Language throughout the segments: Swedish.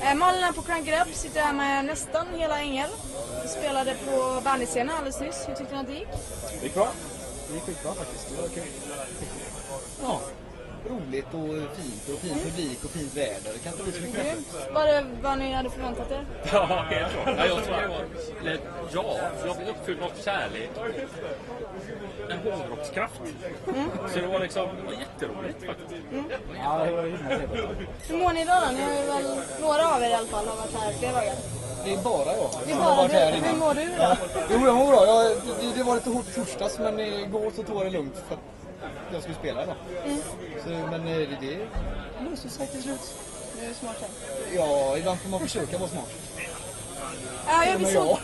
Eh, Malin är på Crank It Up, sitter här med nästan hela Ängel. Vi spelade på bandyscenen alldeles nyss. Hur tyckte ni att det gick? Det gick bra. Det gick skitbra faktiskt. Det var kul. Ja. Roligt och fint och fin publik och fint väder. Det kan inte bli så mycket bättre. Grymt. Var det vad ni hade förväntat er? Ja, helt klart. Ja, jag tror jag var... Eller ja, jag blev uppfylld av kärlek. En hårdrockskraft. Så det var liksom det var jätteroligt faktiskt. Mm. Ja, det var himla trevligt. Hur mår ni idag då? Ni har ju väl, några av er i alla fall har varit här flera dagar. Det är bara jag Det är som har bara varit här du. Hur innan. mår du då? Jo, jag mår bra. Jag, det, det var lite hårt i torsdags men igår så tog jag det lugnt för att jag skulle spela idag. Mm. Så, men eh, det, det löser sig till slut. Du är smart här. Ja, ibland får man försöka vara smart. Ja, ja, vi, Men såg, jag-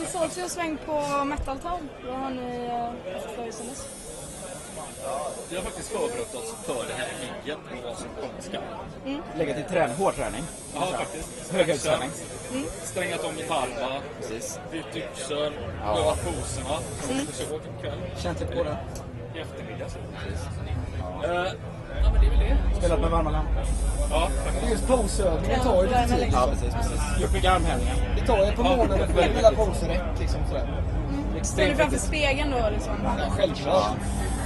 vi sågs ju en sväng på Metal Town. Vad har ni eh, haft för er sen dess? Vi har faktiskt förberett oss för det här gigget och vad som komma skall. Lägga till trän hård träning. Ja, faktiskt. Höghöjdsträning. Strängat om gitarrerna, Precis. bytt yxor, övat poserna. Som vi såg ikväll. Känt lite på det. I eftermiddag så. Eh, Ja, men det är väl det. Spelat med varma lampor. Ja, faktiskt. Just posövningen tar ju lite tid. Ja, precis, precis. Gjort mycket armhävningar. Det tar ju ett par månader för att alla poser rätt liksom sådär. Står Mm. du Extremt framför faktiskt. spegeln då liksom? Ja, självklart.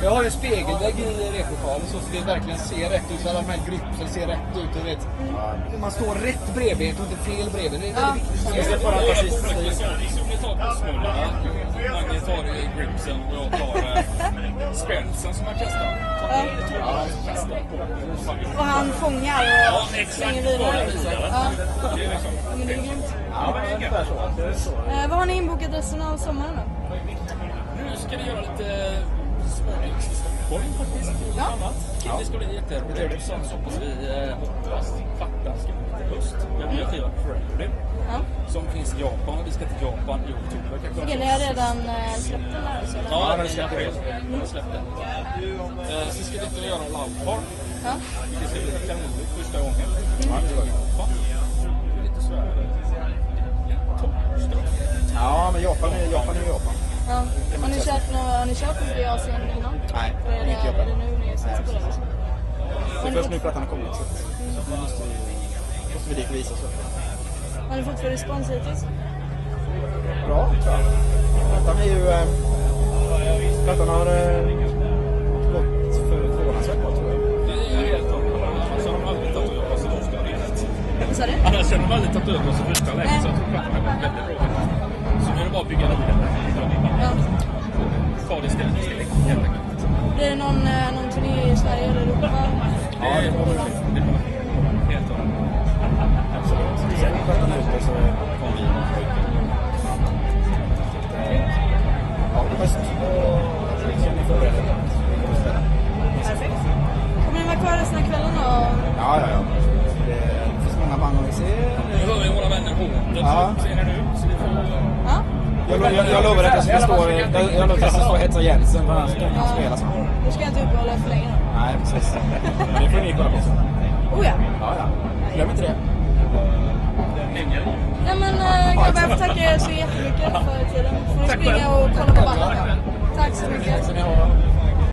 Jag har ju spegelvägg i replokalen så att det verkligen ser rätt ut. Så alla de här gripsen ser rätt ut. Och du vet, man står rätt bredvid och inte fel bredvid. Det är väldigt Jag viktigt. ska bara ta sist. Vi tar pussmullarna. Mange tar eh, gripsen och jag tar eh, spänsen som man kastar. Ja. Och han fångar Ja, och exakt. slänger Bara vidare. vidare. Ja, Det är liksom... men det är grymt. Ja, men ungefär så. Det är så. Eh, vad har ni inbokat resten av sommaren då? Nu ska vi göra lite småning i Stockholm faktiskt. Ja. Ja. Det ska bli jätteroligt. Sen så hoppas vi, eh, hoppas, fattar, ska bli lite höst. Vi har nya skivan Prelude Ja. som finns i Japan. Vi ska till Japan i oktober. Kanske Okej, ni har redan eh, släppt den där? Så eller? Ja, den släpper vi. Den släppte. Eh, Sen ska vi ut och göra Loudpark. Ja. Vilket ska bli lite kanonligt första gången. Ja, det ska vi. Ja. Lite sådär. Toppström. Ja, men Japan är Japan. Är Japan. Ja. Har ni kört, nå- har ni kört mycket i Asien innan? Nej, Eller är inget det, jobb är det än. nu ni är sist på det? Det är först nu plattan har kommit. Så att nu måste vi, måste vi dit och visa oss. Har ni fått för respons hittills? Bra, tror jag. Plattan är ju... Eh, plattan har eh, gått förvånansvärt bra, tror jag. Vi är ju helt omvandlade. Alltså, de har aldrig tatuerat oss i första läget. Vad sa du? Annars har de aldrig tatuerat oss i första läget. Så jag tror att det har gått väldigt bra. Så nu är det bara att bygga vidare. Ja. Ta det steg för steg. helt enkelt. Blir det någon, eh, någon turné i Sverige eller Europa? Det är bra. Det är bra. Helt omvandlat. Så sen plattan är ute så kommer vi. Ja, höst och... Sen är förberedelserna. Vi kommer ställa. Perfekt. Kommer ni vara kvar resten av kvällen då? Ja, ja, ja. Det finns många band man vill se. Nu hör vi våra vänner Håtet. Ja. Ser ni nu? Så vi får... Ja. Jag, jag, jag lovar att jag ska stå, jag, jag lovar att jag ska stå och hetsa Jensen för annars kan han spela så. Nu ska jag inte uppehålla er för länge då. Nej, precis. Det får ni kolla på. Oh ja. Ja, ja. Glöm inte det. Nej men eh, grabbar, jag får tacka er så jättemycket för tiden. Får ni springa och kolla på bandet. Tack så mycket. Ska ni ha